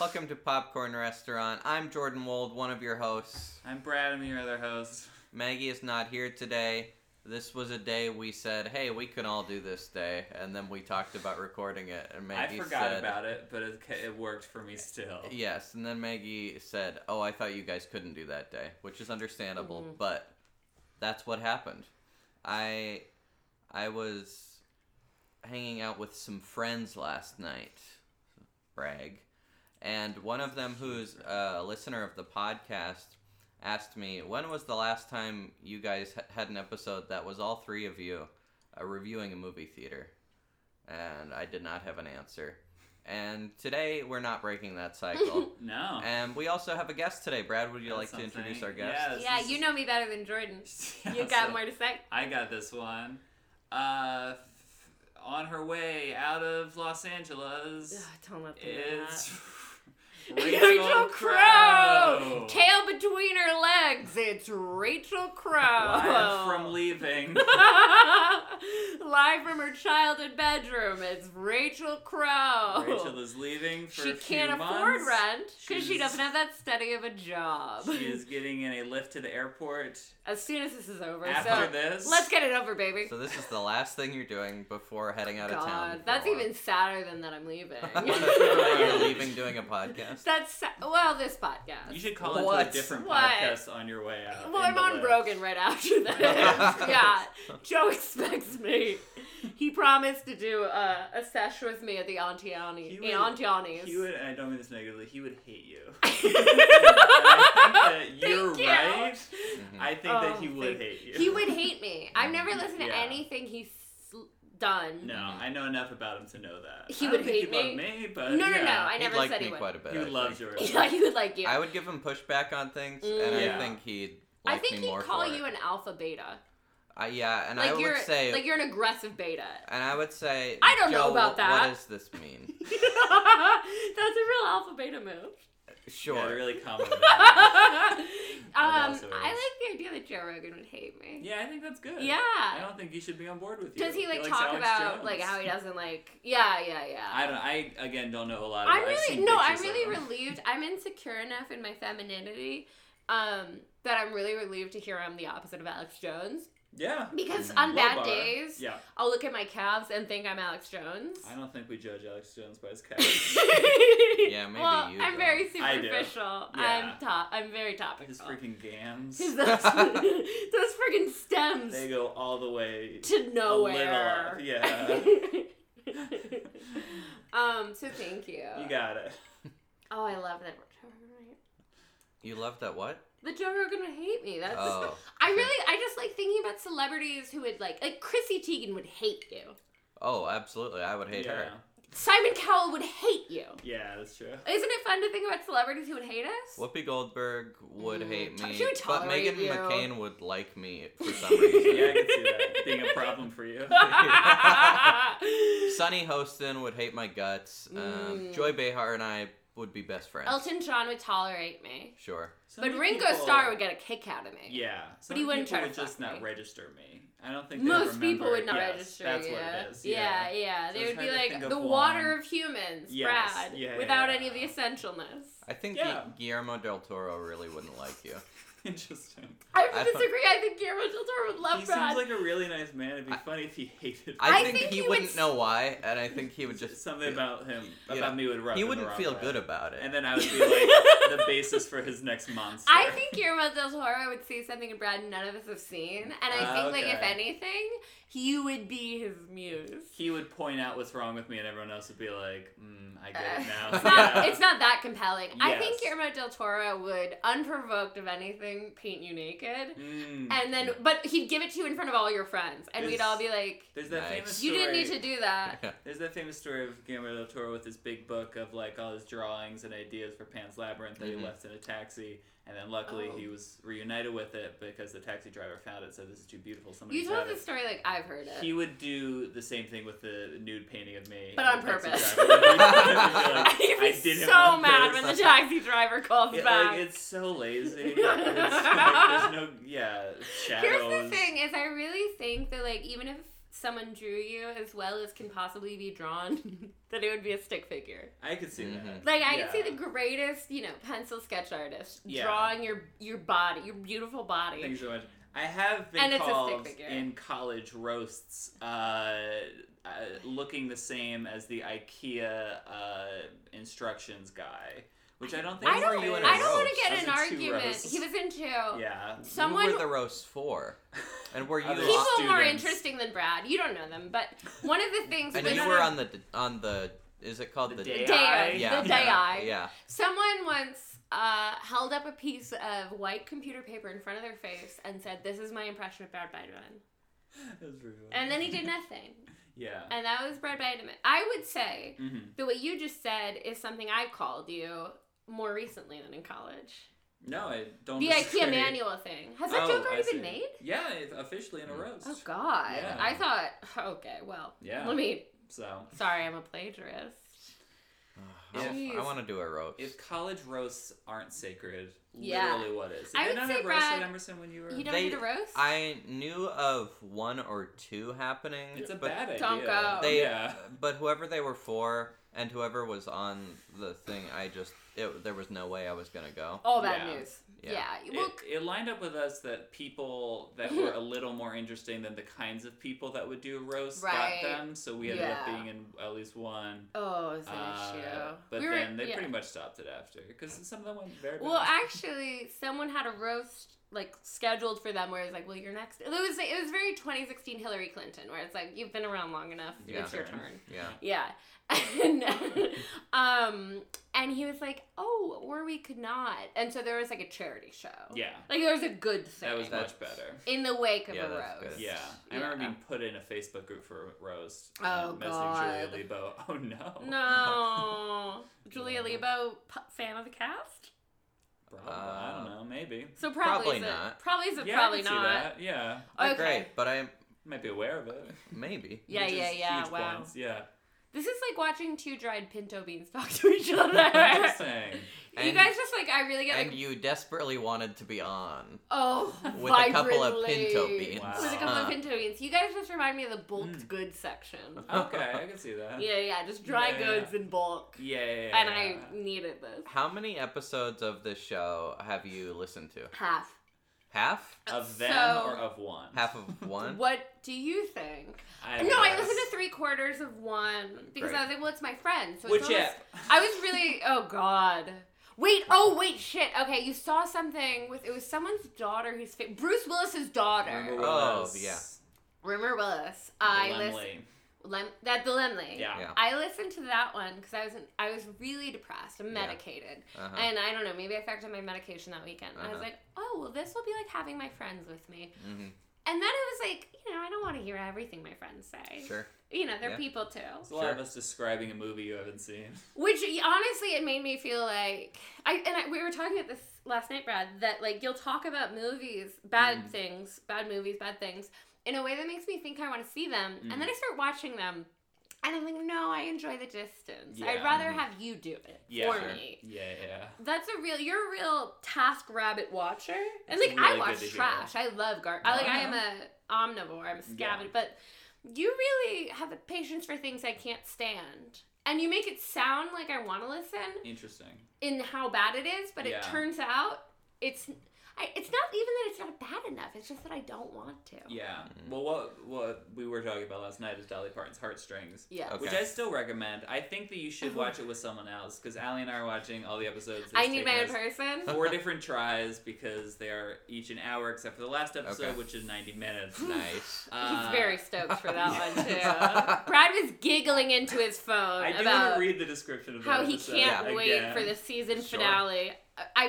Welcome to Popcorn Restaurant. I'm Jordan Wold, one of your hosts. I'm Brad, I'm your other host. Maggie is not here today. This was a day we said, "Hey, we can all do this day," and then we talked about recording it. And Maggie I forgot said, about it, but it, ca- it worked for me still. "Yes," and then Maggie said, "Oh, I thought you guys couldn't do that day," which is understandable, but that's what happened. I I was hanging out with some friends last night. Brag. And one of them, who's a listener of the podcast, asked me, When was the last time you guys h- had an episode that was all three of you uh, reviewing a movie theater? And I did not have an answer. And today, we're not breaking that cycle. No. and we also have a guest today. Brad, would you That's like to introduce something. our guest? Yes, Yeah, this you is- know me better than Jordan. You Yeah, got so more to say? I got this one. Uh, f- on her way out of Los Angeles Ugh, don't let them know is that. Rachel Crow. Tail between her legs. It's Rachel Crow. Live from leaving. Live from her childhood bedroom. It's Rachel Crow. Rachel is leaving for she a few can't afford months. rent because she She's- doesn't have that steady of a job. She is getting in a lift to the airport. As soon as this is over, After so this, let's get it over, baby. So, this is the last thing you're doing before heading out of town. God, for a that's while. even sadder than that I'm leaving. You're leaving doing a podcast. That's sa- well, this podcast. You should call into What? a different What? podcast on your way out. well, in I'm the on lift. Brogan right after this. yeah, Joe expects me. He promised to do a, a sesh with me at the Antiani, He in would- Antiani's. He would, and I don't mean this negatively, he would hate you. I think that you're Thank you. right. Mm. I think that Oh, he would thank- hate you. He would hate me. I've never listened to Yeah. anything he's sl- done. No, I know enough about him to know that. He I would don't think hate he'd love me. me, but no, no, yeah. no. I He'd never like said me he would. quite a bit. He I would love think. your yeah, he would like you. I would give him pushback on things, Mm. and I Yeah. think he'd I like think me he'd more call for you it. an alpha beta. I- yeah, and Like I you're would say, like you're an aggressive beta. and I would say, I don't know "Joe, about that." What does this mean? That's a real alpha beta move. Sure. Yeah, really common. um, also I like the idea that Joe Rogan would hate me. yeah, I think that's good. Yeah. I don't think he should be on board with you. Does he like likes talk Alex about Jones. like how he doesn't like? Yeah, yeah, yeah. I don't. I again don't know a lot. I'm about- I've really seen no. I'm pictures of really him. relieved. I'm insecure enough in my femininity um, that I'm really relieved to hear I'm the opposite of Alex Jones. Yeah. Because Mhm. on Low bad bar. days, uh, Yeah. I'll look at my calves and think I'm Alex Jones. I don't think we judge Alex Jones by his cat. Yeah, maybe well, you I'm do. very I do. superficial. Yeah. I'm top. I'm very topical. his freaking gams. Because those, those freaking stems They go all the way to a little nowhere. up. Yeah. um. So thank you. You got it. oh, I love that Joe Rogan. would hate- you love that what? That Joe Rogan would hate me. That's. Oh, I really. I just like thinking about celebrities who would like. Like Chrissy Teigen would hate you. oh, absolutely. I would hate yeah. her. Simon Cowell would hate you. Yeah, that's true. Isn't it fun to think about celebrities who would hate us? Whoopi Goldberg would Mm. hate me, She would but tolerate Megan you. McCain would like me for some reason. Yeah, I can see that being a problem for you. Sonny Hostin would hate my guts. Um, Mm. Joy Behar and I would be best friends. Elton John would tolerate me. Sure. So but many Ringo people- Starr would get a kick out of me. Yeah, so he many wouldn't people try to would just fuck not me. register me. I don't think they Most remember. people would not Yes, register. That's yeah. what it is. Yeah. yeah, yeah. They So it's would be hard to think like of the water one. of humans, Yes, Brad, yeah, yeah, without yeah. any of the essentialness. I think Yeah. Gu- Guillermo del Toro really wouldn't like you. Interesting. I, I don't- disagree. I think Guillermo del Toro would love he Brad. seems like a really nice man. It'd be funny if he hated. I, I think, think he, he would wouldn't s- know why, and I think he would just something about him Yeah. about me would rub. he him the wouldn't wrong feel way. good about it. And then I would be like the basis for his next monster. I think Guillermo del Toro would see something in Brad none of us have seen, and I Ah, think like if okay. anything, you would be his muse. he would point out what's wrong with me, and everyone else would be like, mm, "I get it now." It's not, Yeah. it's not that compelling. I think Yes. Guillermo del Toro would, unprovoked of anything, paint you naked. Mm. And then, but he'd give it to you in front of all your friends. And we'd Is- all be like, There's that Nice. famous you story. didn't need to do that. There's that famous story of Guillermo del Toro with his big book of like all his drawings and ideas for Pan's Labyrinth that Mhm. Mm-hmm. he left in a taxi, and then luckily Oh. he was reunited with it because the taxi driver found it. So this is too beautiful. Somebody You told this story like I've heard it. He would do the same thing with the nude painting of me, but on and the taxi purpose. driver would be I like, He'd I be did it so on mad purpose. when the taxi driver calls It, back. like, it's so lazy. It's, like, there's no yeah shadows. Here's the thing: is I really think that like even if someone drew you as well as can possibly be drawn, that it would be a stick figure. I could see Mhm. that. Like I can see Yeah. the greatest, you know, pencil sketch artist Yeah. drawing your your body, your beautiful body. Thank you so much. I have been And it's a stick called figure. in college roasts, uh, uh, looking the same as the IKEA uh, instructions guy, which I don't think. I When were don't. you in a I don't want to roast? get I in was an in two argument. roasts. He was in two. Yeah. Someone. Who were the roasts for? And were you? Other People on- more students. interesting than Brad. You don't know them, but one of the things and was you were on the on the. Is it called The the, day the of. day AI. of, Yeah. the day I. Yeah. Someone once uh, held up a piece of white computer paper in front of their face and said, "This is my impression of Brad Biderman," That was pretty funny. and then he did nothing, Yeah. and that was Brad Biderman. I would say hmm that what you just said is something I've called you more recently than in college. No, I don't. The disagree. IKEA manual thing has that Oh, I joke already see. been made? Yeah, it- officially in a Mm. roast. Oh God! Yeah. I thought okay, well, Yeah. let me. So Sorry, I'm a plagiarist. I- I, Jeez. want to do a roast. if college roasts aren't sacred, Yeah. literally what is? Did I they would not say, have roast Brad, at Emerson when you were? You don't They- need a roast. I knew of one or two happening. it's a but bad idea. uh, Don't go. They, yeah. but whoever they were for, and whoever was on the thing, I just it, there was no way I was gonna go. All bad Yeah. news. Yeah. Yeah. It, Well, it lined up with us that people that were a little more interesting than the kinds of people that would do a roast Right. got them, so we ended up Yeah. being in at least one. oh, it's an Uh, issue. but We were- then they yeah. pretty much stopped it after because some of them went very Well, bad. actually, someone had a roast like scheduled for them where it's like, well, you're next. It was it was very 2016 Hillary Clinton where it's like you've been around long enough. Yeah. It's your Turn. turn. Yeah. Yeah. And, um, and he was like, oh, or we could not. And so there was like a charity show. yeah, Like there was a good thing. that was That's- much better. in the wake of Yeah, a that's roast. good. Yeah. I remember being put in a Facebook group for roast. Oh, and God. Messaging Julia Lebo. Oh no. No. Julia Lebo, p- fan of the cast? Probably, I don't Uh, know. Maybe. So probably, Probably is a- not. Probably is a yeah, probably I can not. See that. Yeah. Not Oh, Okay. Great, but I Might be aware of it. maybe. Yeah, Which yeah, is yeah. huge Wow. points, Yeah. This is like watching two dried pinto beans talk to each other. Interesting. you And- guys just like I really get And like you desperately wanted to be on. oh With a couple of vibrantly. pinto beans. Wow. With a couple of Huh. pinto beans. You guys just remind me of the bulked Mm. goods section. okay, I can see that. Yeah, yeah, just dry Yeah, yeah. goods in bulk. Yeah. yeah, yeah, And yeah. I needed this. How many episodes of this show have you listened to? Half. Half? Of them So- or of one? Half of one? What do you think? I No, I guess. listened to three quarters of one because Great. I was like, well, it's my friend. So Which it's almost- app? I was really, oh God. Wait, oh wait, shit. Okay, you saw something with, it was someone's daughter who's, fa- Bruce Willis's Remember daughter. Will- Oh, Willis. yeah. Rumor Willis. I Lemley. listened, Lem, that the Lemley. Yeah. Yeah. I listened to that one because I was in, I was really depressed and Yeah. medicated, Uh-huh. and I don't know maybe I affected my medication that weekend. And I was Uh-huh. like, oh well, this will be like having my friends with me, hmm and then it was like you know I don't want to hear everything my friends say. Sure. You know they're Yeah. people too. It's a lot of Sure. us describing a movie you haven't seen. Which y- honestly, it made me feel like I and I, we were talking about this last night, Brad. That like you'll talk about movies, bad Mm. things, bad movies, bad things, in a way that makes me think I want to see them, Mm. and then I start watching them, and I'm like, no, I enjoy the distance. Yeah. mm-hmm. I'd rather Mhm. have you do it Yeah. for Sure. me. Yeah, yeah. That's a real. You're a real task rabbit watcher, and It's like really I good to watch hear. trash. I love gar. I, like I am Uh-huh. a omnivore. I'm a Yeah. scavenger, but you really have a patience for things I can't stand, and you make it sound like I want to listen Interesting. in how bad it is. But Yeah. it turns out it's. I, it's not even that it's not bad enough. It's just that I don't want to. Yeah. Mhm. Well, what what we were talking about last night is Dolly Parton's Heartstrings. Yeah. Okay. Which I still recommend. I think that you should Oh. watch it with someone else because Allie and I are watching all the episodes. It's I taken need my own us person. Four different tries because they are each an hour except for the last episode, Okay. which is 90 minutes. Nice. Uh, He's very stoked for that one too. Yeah. Brad was giggling into his phone I do want about to read the description of how that he episode can't Yeah. wait again. for the season Sure. finale. I-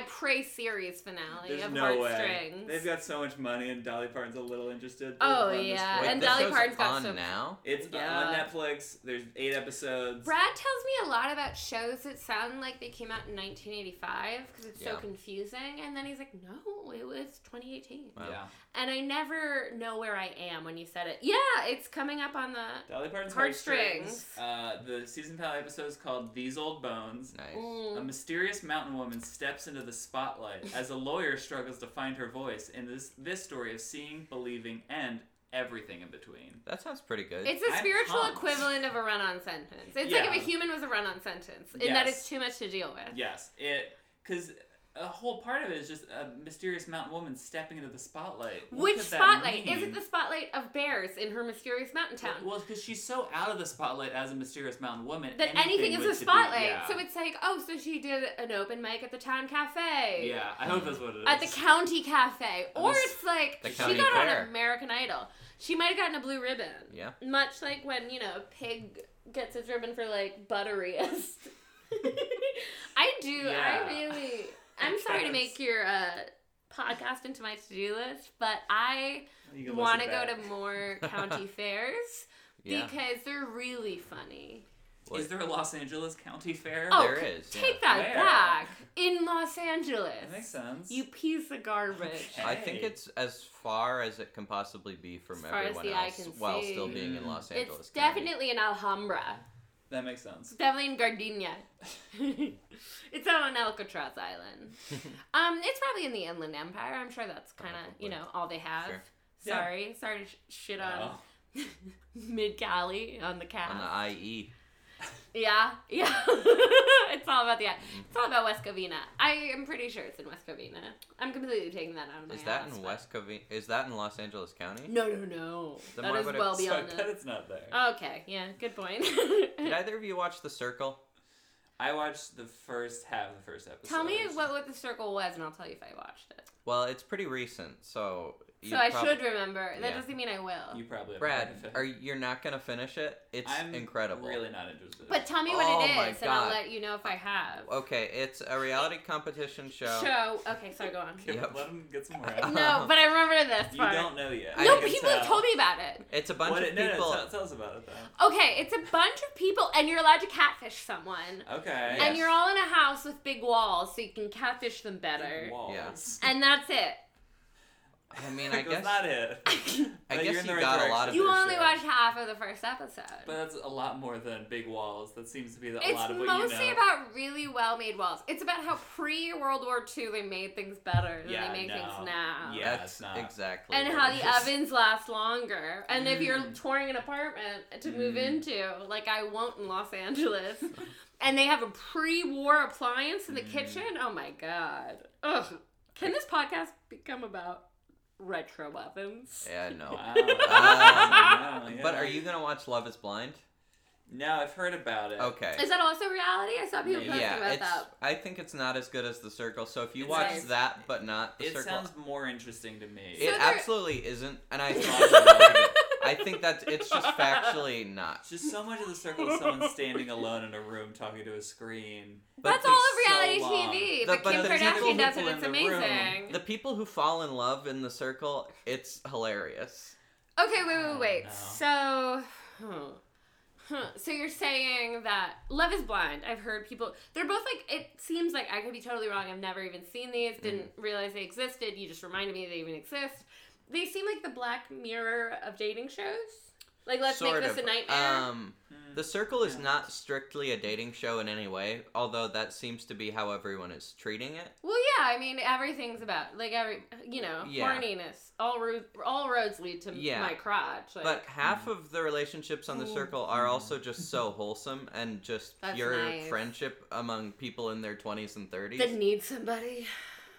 I pray series finale There's of no way. Heartstrings. They've got so much money, and Dolly Parton's a little interested. to Oh, run this yeah, play. Wait, and this Dolly show's Parton's got on so- now? It's on Yeah. Netflix. There's eight episodes. Brad tells me a lot about shows that sound like they came out in 1985 because it's so Yeah. confusing, and then he's like, "No, it was 2018," Wow. Yeah. and I never know where I am when you said it. Yeah, it's coming up on the. Dolly Parton's Heartstrings. Heartstrings. Uh, the season finale episode is called These Old Bones. Nice. A Mm. mysterious mountain woman steps into the spotlight as a lawyer struggles to find her voice in this this story of seeing, believing, and everything in between. That sounds pretty good. It's a I'm spiritual pumped. equivalent of a run on sentence. It's like Yeah. if a human was a run on sentence, and that Yes. it's too much to deal with. Yes, it because a whole part of it is just a mysterious mountain woman stepping into the spotlight. What Which could that spotlight? mean? Is it the spotlight of bears in her mysterious mountain town? Well, because she's so out of the spotlight as a mysterious mountain woman that anything, would is a be- spotlight. yeah. So it's like, oh, so she did an open mic at the town cafe. yeah. I hope that's what it is. At the county cafe. Or This- it's like The she county got fair. on American Idol. She might have gotten a blue ribbon. Yeah. Much like when, you know, a pig gets its ribbon for like butteriest. I do. Yeah. I really I'm I sorry to guess. make your uh podcast into my to-do list, but I You can want to listen go back. to more county fairs yeah. because they're really funny. Is there a Los Angeles county fair? Oh, There c- is, Take yeah. that Where? back. In Los Angeles. that makes sense. You piece of garbage. Okay. I think it's as far as it can possibly be from As far as everyone the eye else can while see. still being in Mm. Los Angeles. It's County. definitely in Alhambra. that makes sense. It's definitely in Gardenia. it's out on Alcatraz Island. um, it's probably in the Inland Empire. I'm sure that's kind of Probably. you know all they have. Sure. Yeah. Sorry, sorry to sh- shit on Oh. Mid Cali on the on cat. the E. IE. Yeah, yeah. it's all about the Mm-hmm. it's all about West Covina. I am pretty sure it's in West Covina. I'm completely taking that out of my Is that ass, in but- West Covina? Is that in Los Angeles County? E No, no, no. Then that why is would it- well so So I beyond bet that. it's not there. Okay, yeah, good point. Did either of you watch The Circle? I watched the first half of the first episode. Tell me what, what the circle was, and I'll tell you if I watched it. Well, it's pretty recent, so. you so I prob- should remember. That Yeah. doesn't mean I will. you probably have Brad, heard of it. are you're not gonna finish it? It's I'm incredible. Really not interested. but tell me what Oh my it is, and I'll God. let you know if I have. Okay, it's a reality competition show. Show. Okay, sorry, go on. Can we Yep. let him get some more. no, but I remember this you part. don't know yet. I no, can but people have told me about it. It's a bunch what of it, no, no, people. tell, tell us about it then. Okay, it's a bunch of people, and you're allowed to catfish someone. Okay. Yes. And you're all in a house with big walls, so you can catfish them better. Walls. And that's it. I mean, I that's guess not it. I guess But you're in you the got right a lot direction. of you it, only sure. watched half of the first episode. But that's a lot more than big walls. That seems to be the, a it's lot of what you mostly know. about really well made walls. It's about how pre World War II they made things better than Yeah, they make no. things now. Yeah, that's it's not. exactly. And what how it the is. ovens last longer. And if you're Mm. touring an apartment to move Mm. into, like I won't in Los Angeles, and they have a pre war appliance in the Mm. kitchen, oh my God. Ugh. Can this podcast become about retro ovens? Eh. Yeah, no. Wow. Um, Wow, But yeah. are you gonna watch Love Is Blind? No, I've heard about it. Okay. Is that also reality? I saw people Yeah, posting yeah, about it's. that. I think it's not as good as The Circle. So if you It watch sounds- that, but not The It Circle, sounds more interesting to me. it So there- absolutely isn't. And I thought it was really good. I think that's it's just factually not. It's just so much of the circle of someone standing alone in a all talking to a screen. But That's the- all there's of reality so long. TV. The- but, but Kim the Kardashian people does it. who It's in the room- amazing. The people who fall in love in the circle, it's hilarious. Okay, wait, wait, wait. No. So, huh. Huh. so you're saying that Love Is Blind? I've heard people. They're both like. It seems like I could be totally wrong. I've never even seen these. Mm-hmm. Didn't realize they existed. You just reminded me they even exist. They seem like the Black Mirror of dating shows. Like let's Sort make this of. a nightmare. Um, Hmm. the circle is Yeah. not strictly a dating show in any way, although that seems to be how everyone is treating it. well, yeah. I mean, everything's about like every you know Yeah. horniness. All roads all roads lead to Yeah. my crotch. Like, But half of the relationships on the Cool. circle are also just so wholesome and just That's pure nice. friendship among people in their 20s and 30s. that need somebody.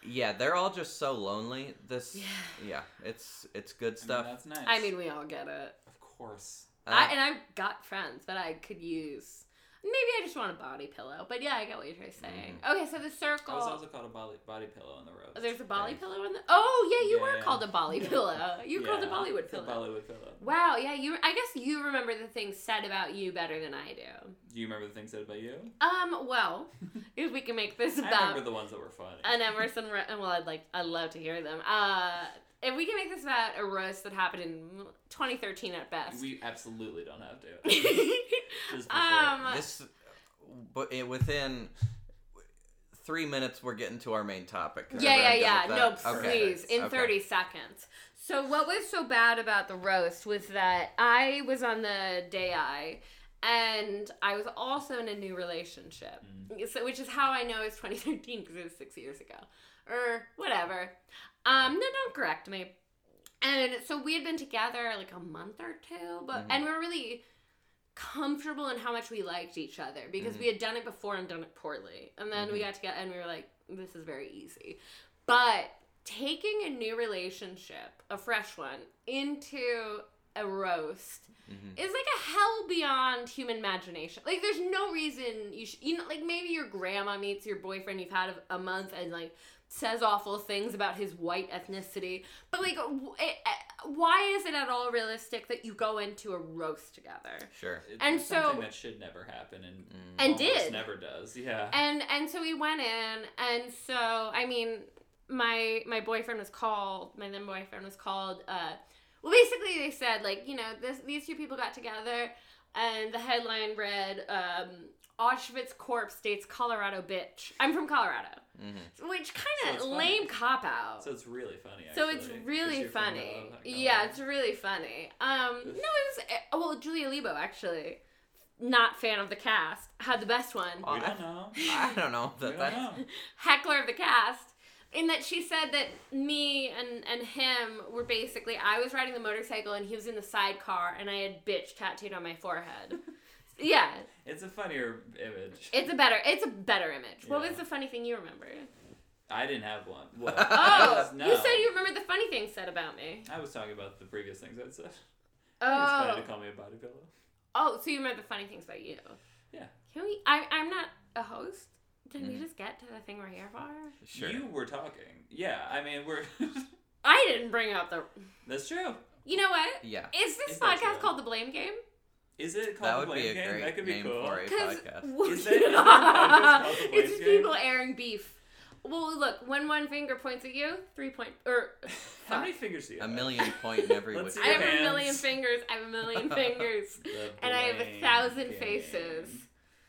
yeah, they're all just so lonely. This Yeah. yeah, it's it's good I mean, stuff. that's nice. I mean, we all get it. of course. I, Uh, and I've got friends that I could use. Maybe I just want a body pillow, but yeah, I get what you're saying. Okay, so the circle. I Mm-hmm. was also called a body, body pillow on the road. there's a Bolly Yeah. pillow in the. Oh yeah, you were Yeah. called a Bolly Yeah. pillow. You were called a Yeah, Bollywood it's a pillow. Bollywood pillow. wow, yeah, you. I guess you remember the things said about you better than I do. Do you remember the things said about you? Um, well, if we can make this I about remember the ones that were funny. an Emerson. Ro- well, I'd like. I'd love to hear them. Uh, if we can make this about a roast that happened in 2013 at best. we absolutely don't have to. Just before. um, this but it, within 3 minutes we're getting to our main topic. Is Yeah, everyone yeah, yeah. good No, with that? Okay. please. In Okay. 30 seconds. So, what was so bad about the roast was that I was on the day I, and I was also in a new relationship, Mm. so, which is how I know it's 2013 because it was six years ago or whatever. Um, no, don't correct me. And so we had been together like a month or two, but Mhm. and we were really comfortable in how much we liked each other because Mm-hmm. we had done it before and done it poorly. And then we Mhm. got together and we were like, this is very easy. But taking a new relationship, a fresh one, into a roast Mhm. is like a hell beyond human imagination. Like, there's no reason you should, you know, like maybe your grandma meets your boyfriend you've had a, a month and like says awful things about his white ethnicity. But like, w- it, uh, why is it at all realistic that you go into a roast together? Sure. It's And something so- that should never happen and Mm. And almost did. never does. Yeah. And and so we went in, and so I mean, my my boyfriend was called. My then boyfriend was called. Uh, well, basically they said like you know this, these two people got together, and the headline read um, Auschwitz corpse dates Colorado bitch. I'm from Colorado, Mhm. which So kind of it's funny. lame cop out. so it's really funny. Oh. So actually, it's 'cause really you're from uh, funny. Colorado. Yeah, it's really funny. Um, no, it was eh, well Julia Lebo actually, not fan of the cast, had the best one. we don't know. We I don't know. That, don't that's know. heckler of the cast in that she said that me and, and him were basically I was riding the motorcycle and he was in the sidecar and I had bitch tattooed on my forehead. yeah, It's a funnier image. it's a better it's a better image. What was Yeah. the funny thing you remembered? I didn't have one. Well, Oh, no. you said you remembered the funny thing said about me. I was talking about the previous things I'd said. It's funny to Oh, call me a body pillow. oh, so you remember the funny things about you? Yeah. Mm. Can we? I I'm not a host. Did we Mhm. just get to the thing we're here for? sure. You were talking. Yeah, I mean, we're. I didn't bring up the. That's true. You know what? yeah. Is this Is that podcast true? called the Blame Game? Is it called That the would be blame a game? great that could be name cool. for a Because podcast. Is that- is that a podcast called The it's just Blame Game? people airing beef. Well, look, when one finger points at you, three point or How many fingers do you A have? million point in every Let's which see I have Hands. a million fingers. I have a million fingers, The and I have a blame thousand game. faces.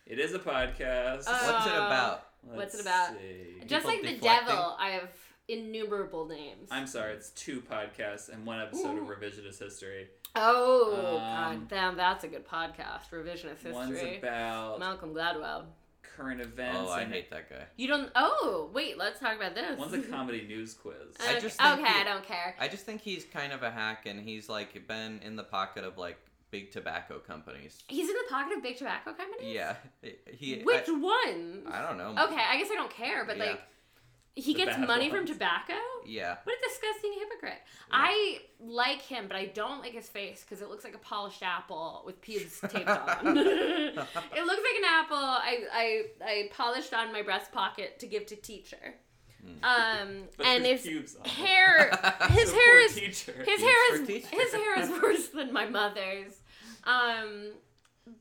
It is a podcast. Uh, What's it Uh, about? Let's what's it about? see. Just like the deflecting. devil, I have innumerable names. I'm sorry, it's two podcasts and one episode Ooh. of revisionist history. oh Um, god, damn, that's a good podcast. Revisionist One's history. about Malcolm Gladwell. current events. Oh, I and hate that guy. You don't. Oh wait, let's talk about this. One's a comedy news quiz. I okay, just think okay, he- I don't care. I just think he's kind of a hack, and he's like been in the pocket of like big tobacco companies. He's in the pocket of big tobacco companies. Yeah, he. I- Which one? I, don't know. Okay, I guess I don't care, but Yeah. like, he The gets bad money ones. from tobacco. Yeah, What a disgusting hypocrite! I like him, but I don't like his face because it looks like a polished apple with pubes taped on. it looks like an apple I, I I polished on my breast pocket to give to teacher. Mm. Um, But and there's his pubes on it. hair, his So hair poor is teacher. Huge his hair for is teacher. his hair is worse than my mother's. Um,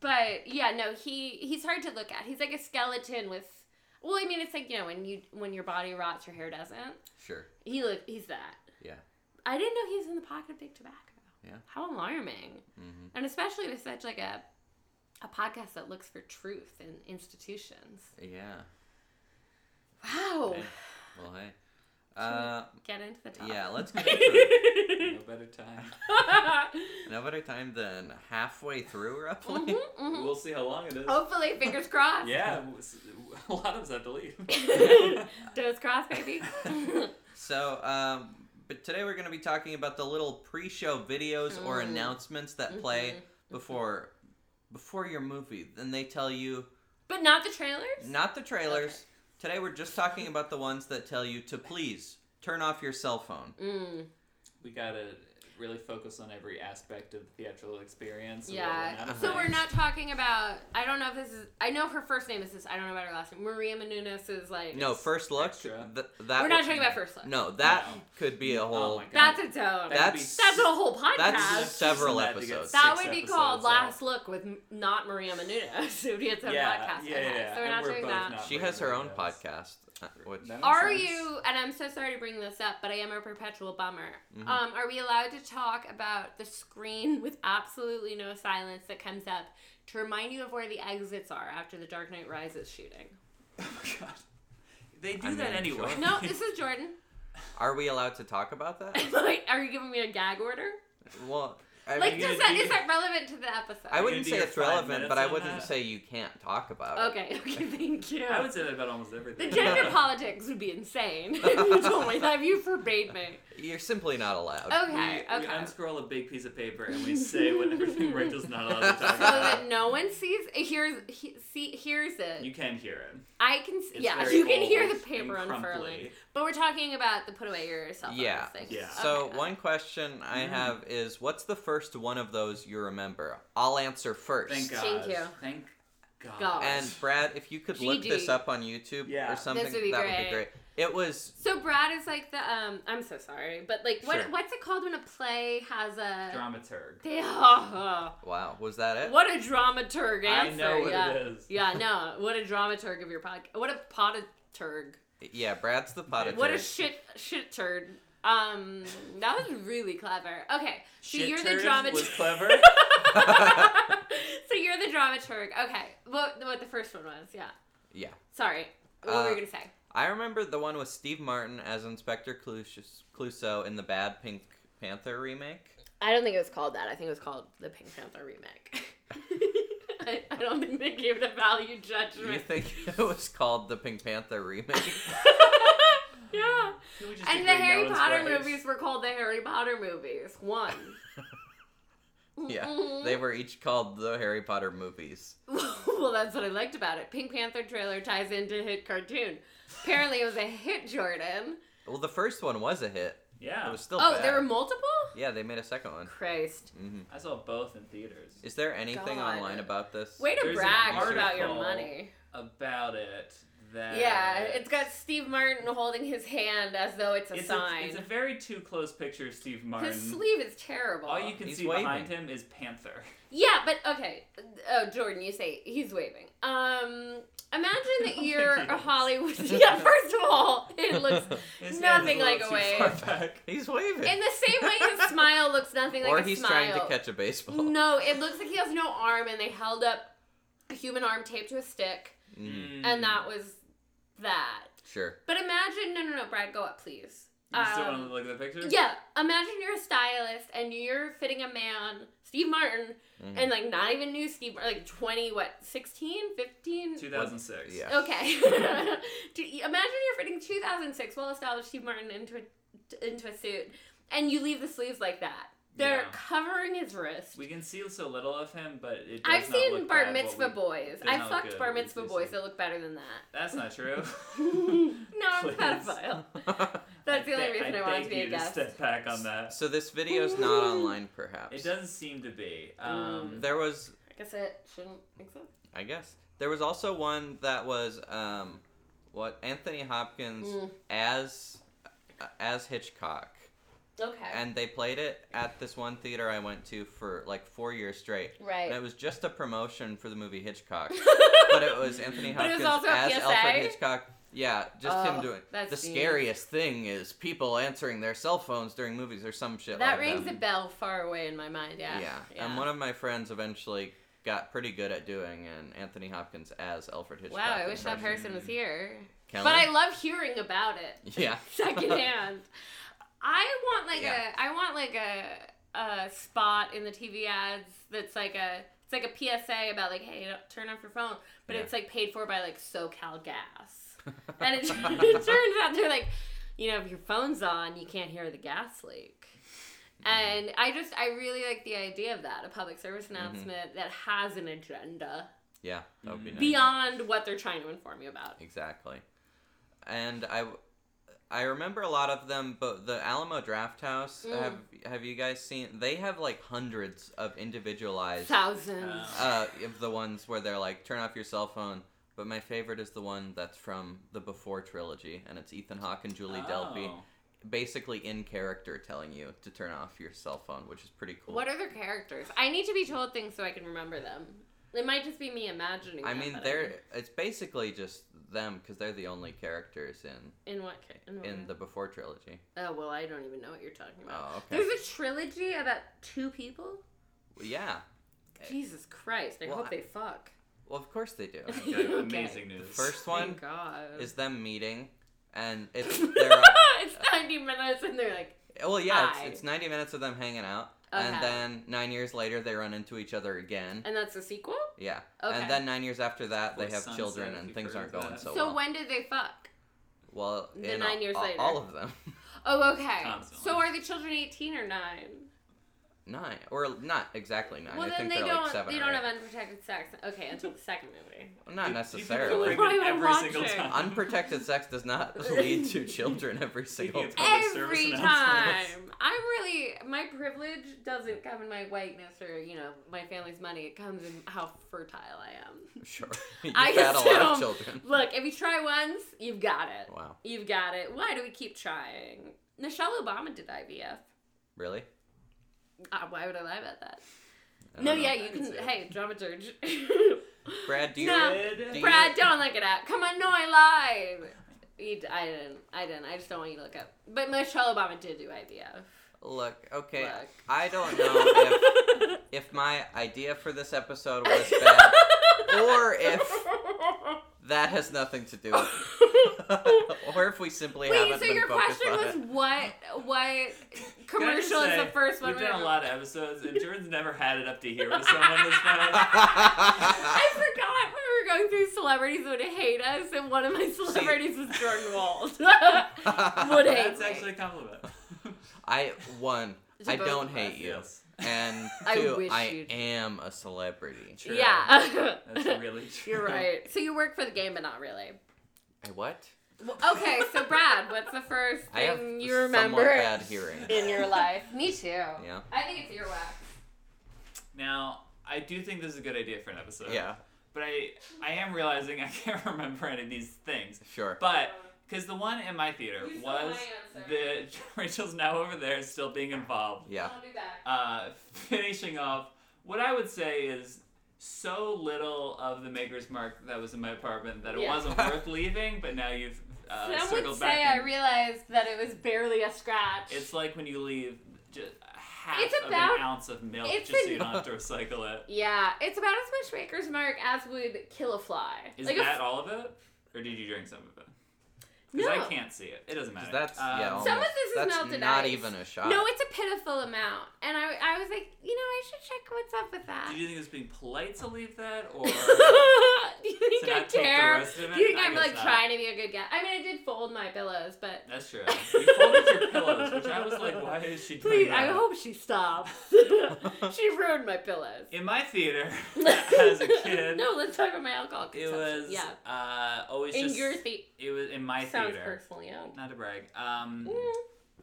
but yeah, no, he he's hard to look at. He's like a skeleton with. Well, I mean, it's like you know when you when your body rots, your hair doesn't. sure. He look he's that. Yeah. I didn't know he was in the pocket of big tobacco. Yeah. How alarming, hmm and especially with such like a a podcast that looks for truth in institutions. Yeah. Wow. Okay. Well, hey. Uh, Get into the topic. yeah. Let's get into it. it. No better time. No better time than halfway through, roughly. Mhm, mhm. We'll see how long it is. Hopefully, fingers crossed. Yeah, w- s- a lot of us have to leave. Does cross, baby. So, um, but today we're going to be talking about the little pre-show videos or Mm. announcements that Mm-hmm. play before before your movie. Then they tell you but not the trailers? not the trailers. Today we're just talking about the ones that tell you to please turn off your cell phone. Mm. we gotta really focus on every aspect of the theatrical experience. so we'll run out Yeah. of So we're things. not talking about. I don't know if this is. I know her first name is this. I don't know about her last name. Maria Menounos is like. No, first look. Th- Extra. that We're not would- talking about first look. No, that No. could be a Oh whole. my god. That's its own. That- That'd be that's- That's a whole podcast. that's- several She's allowed to get episodes. that six would be episodes called out. Last Look with m- not Maria Menounos. It would be its own Yeah, podcast. yeah, okay. yeah, So we're and not we're doing both that. not- She has her own Yes. podcast, uh, which That makes Are sense. Oh you, and I'm so sorry to bring this up, but I am a perpetual bummer. Mm-hmm. Mhm. Um, are we allowed to talk about the screen with absolutely no silence that comes up to remind you of where the exits are after the Dark Knight Rises shooting? Oh my god. They do I that mean, anyway. sure. No, this is Jordan. are we allowed to talk about that? like, are you giving me a gag order? well, I like, mean, you- does that you- is that relevant to the episode? I wouldn't do say your it's five relevant, minutes but I on wouldn't that? say you can't talk about it. Okay, okay, thank you. I would say that about almost everything. The gender politics would be insane if you told me that. If you forbade me. You're simply not allowed. We, Okay, we okay. unscroll a big piece of paper and we say what everything Rachel's not allowed to talk so about. that no one sees hears he, see hears it. You can hear it. I can s- It's yeah, very you can hear old the paper and unfurling. crumply. But we're talking about the put away your cell phone Yeah. thing. Yeah. So Okay. one question I Mm. have is, what's the first one of those you remember? I'll answer first. Thank God. Thank you. Thank God. God. And Brad, if you could look GG. this up on YouTube Yeah. or something, This would be that would great. be great. It was So Brad is like the um I'm so sorry, but like what Sure. what's it called when a play has a Dramaturg. They- oh, wow. Was that it? what a dramaturg I answer. know what yeah. it is. Yeah, no. What a dramaturg of your podcast. What a potaturg. Yeah, Brad's the pot. What a shit shit turd. Um, that was really clever. Okay, so Shit you're the turd dramaturg. was clever. so you're the dramaturg. Okay, what what the first one was? Yeah. Yeah. Sorry. What were Uh, you gonna say? I remember the one with Steve Martin as Inspector Clus- Clouseau in the Bad Pink Panther remake. I don't think it was called that. I think it was called the Pink Panther remake. I, I don't think they gave it a value You judgment. think it was called the Pink Panther remake? yeah. Can we just And the agree no Harry one's Potter right? movies were called the Harry Potter movies. One. yeah. Mhm. They were each called the Harry Potter movies. well, that's what I liked about it. Pink Panther trailer ties into hit cartoon. Apparently, it was a hit, Jordan. Well, the first one was a hit. Yeah. It was still Oh, bad. there were multiple? Yeah, they made a second one. Christ. hmm I saw both in theaters. Is there anything God. online about this? Way to There's an brag about your article money. About it. That Yeah, it's got Steve Martin holding his hand as though it's a it's sign. it's a very too close picture of Steve Martin. his sleeve is terrible. All you can He's see waving. behind him is Panther. Yeah, but okay. Oh, Jordan, you say he's waving. Um, imagine that Oh, you're yes. a Hollywood. yeah, first of all, it looks His Nothing hand's like a a little too wave. far back. He's waving. in the same way his smile looks nothing or like a he's smile. trying to catch a baseball. No, it looks like he has no arm, and they held up a human arm taped to a stick, Mm, Mm-hmm. and that was that. sure. But imagine, no, no, no, Brad, go up, please. You still Um, want to look at the picture? Yeah, imagine you're a stylist and you're fitting a man, Steve Martin, Mhm. Mm-hmm. and like not even new Steve, like 20, what, 16, 15? 2006. Yeah. Okay. Do you- imagine you're fitting 2006 well established Steve Martin into a, into a suit and you leave the sleeves like that. They're Yeah. covering his wrist. We can see so little of him, but it does I've not seen look bad, bar what mitzvah we- boys. does not I've look fucked good, bar what we mitzvah see. boys that look better than that. That's not true. no, I'm a Please. pedophile. That's the I only be- reason I, I wanted beg to be you a guest. step back on that. so this video's not online, perhaps. It doesn't seem to be. Mm. Um, There was, I guess it shouldn't Mm. exist. I guess, there was also one that was, um, what Anthony Hopkins Mm. as as Hitchcock, Okay. and they played it at this one theater I went to for like four years straight. And right. it was just a promotion for the movie Hitchcock. but but it was Anthony But it Hopkins was also a as PSA? Alfred Hitchcock. Yeah, just Oh, him doing. that's the genius. scariest thing is people answering their cell phones during movies or some shit That like rings that. a bell far away in my mind, yeah. yeah. and one of my friends eventually got pretty good at doing an Anthony Hopkins as Alfred Hitchcock. Wow, I wish that impression. person was here. Kelly? But I love hearing about it yeah. secondhand. I want like Yeah. a I want like a a spot in the TV ads that's like a it's like a PSA about like hey don't turn off your phone, but Yeah. it's like paid for by like SoCal Gas, and it, it turns out they're like you know if your phone's on you can't hear the gas leak. And I just I really like the idea of that a public service Mm-hmm. announcement that has an agenda yeah, that would be nice. beyond what they're trying to inform you about. Exactly. And I, I remember a lot of them, but the Alamo Draft House. Mm. Have Have you guys seen? They have like hundreds of individualized Thousands. Uh, uh, of the ones where they're like, turn off your cell phone. But my favorite is the one that's from the Before trilogy, and it's Ethan Hawke and Julie Delpy, Oh. basically in character telling you to turn off your cell phone, which is pretty cool. What are their characters? I need to be told things so I can remember them. It might just be me imagining. I them, mean, but they're it's basically just them because they're the only characters in in what? ca- In, what in the Before trilogy. oh well, I don't even know what you're talking about. Oh, okay. There's a trilogy about two people. Yeah. Jesus Christ! I Well, hope I- they fuck. Well, of course they do. Okay, Okay. Amazing The news. first Thank one God. is them meeting, and it's they're it's ninety minutes, and they're like, well, yeah, Hi. it's, it's ninety minutes of them hanging out, Okay. And then nine years later, they run into each other again. And that's a sequel? Yeah. Okay. And then nine years after that, they Before have Sunset, children if and you've things heard aren't of going that. so, so well. when did they fuck? well, The in nine all- years all, later. all of them, Oh, okay. Constantly. So are the children 18 or 9? nine or not exactly nine. well, I then think they they're don't like seven. they or don't eight. have unprotected sex. Okay, until the second movie. Not Do- do people necessarily. believe in Why am I every single watching? time? Unprotected sex does not lead to children every single of time. Public service Every announcements. time. I'm really my privilege doesn't come in my whiteness or, you know, my family's money. It comes in how fertile I am. Sure. You've I had a lot of assume- children. Look, if you try once, you've got it. Wow. You've got it. Why do we keep trying? Michelle Obama did IVF. Really? Uh, why would I lie about that? I don't No, know. yeah, you I can can. see it. Hey, dramaturge. Brad, do you No. Good. Do you- Brad, don't look it up. Come on, no, I lied. You d- I didn't. I didn't. I just don't want you to look up. But Michelle Obama did do IVF. look? Okay, Look. I don't know if, if my idea for this episode was bad or if that has nothing to do with it. or if we simply Wait, haven't so been your focused question on was it. what? What Can I just commercial is say, the first one? We've we done a ever- lot of episodes, and Jordan's never had it up to here with someone this bad. I forgot when we were going through celebrities that would hate us, and one of my celebrities was Jordan Wald. would hate That's me. actually a compliment. I one, To I both don't of hate you, Yes. and I two, wish I, you'd- am a celebrity. True. Yeah. That's really true. You're right. So you work for the game, but not really. I what? Well, okay, so Brad, what's the first I have thing you somewhat remember bad hearing. in your life? Me too. Yeah. I think it's earwax. Now, I do think this is a good idea for an episode. Yeah, But I, I am realizing I can't remember any of these things. sure. But because the one in my theater You stole was my the Rachel's now over there still being involved. Yeah. I'll be back. Uh, finishing off, what I would say is so little of the Maker's Mark that was in my apartment that it Yeah. wasn't worth leaving. But now you've uh, Some would circled say back. I and- realized that it was barely a scratch. it's like when you leave just half It's of about- an ounce of milk it's just so you don't have to recycle it. yeah, it's about as much Maker's Mark as would kill a fly. Is like a that f- all of it, or did you drink some of it? Because no. I can't see it. It doesn't matter. That's yeah. Um, Almost, Some of this is that's melted not ice. even a shot. No, it's a pitiful amount, and I, I was like, you know, I should check what's up with that. Did you think it was being polite to leave that, or Do you think to I not take the care? rest of it? Do you think I I'm like guess not. trying to be a good guy? I mean, I did fold my pillows, but that's true? You folded your pillows, which I was like, why is she doing Please, that? I hope she stops. she ruined my pillows. In my theater, as a kid, no, let's talk about my alcohol it consumption. was yeah. uh, always In just your theater. it was in my Sounds theater. personally owned. Not to brag, um, Mm.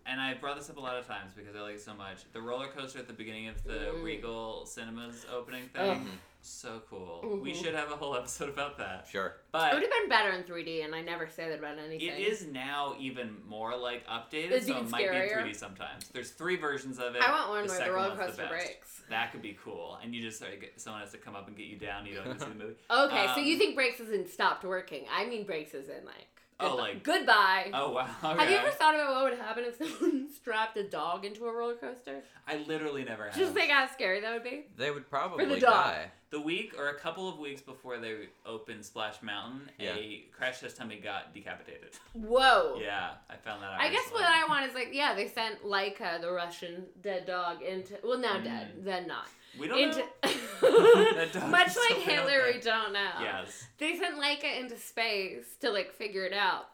and I brought this up a lot of times because I like it so much. The roller coaster at the beginning of the Mm. Regal Cinemas opening thing, Ugh. Mm-hmm, so cool. We Mhm. should have a whole episode about that. Sure. It But would have been better in 3D, and I never say that about anything. It is now even more like updated, It's so even it might scarier. be in 3D sometimes. There's three versions of it. I want one the where the second roller one's the coaster best. breaks. That could be cool, and you just like, someone has to come up and get you down. You don't even see the movie. Okay, so Um, you think breaks is in stopped working? I mean breaks is in like. Oh, goodbye- like- goodbye. Oh wow! Okay. Have you ever thought about what would happen if someone strapped a dog into a roller coaster? I literally never have. Just think how scary that would be. They would probably dog. die. the week or a couple of weeks before they opened Splash Mountain, a crash test dummy got decapitated. Whoa. Yeah, I found that out. I guess recently. what I want is like, yeah, they sent Laika, the Russian dead dog, into well now dead, Mm. then not we don't into know. That much dog like is still out Hitler, we there. don't know. Yes, They sent Laika into space to like figure it out.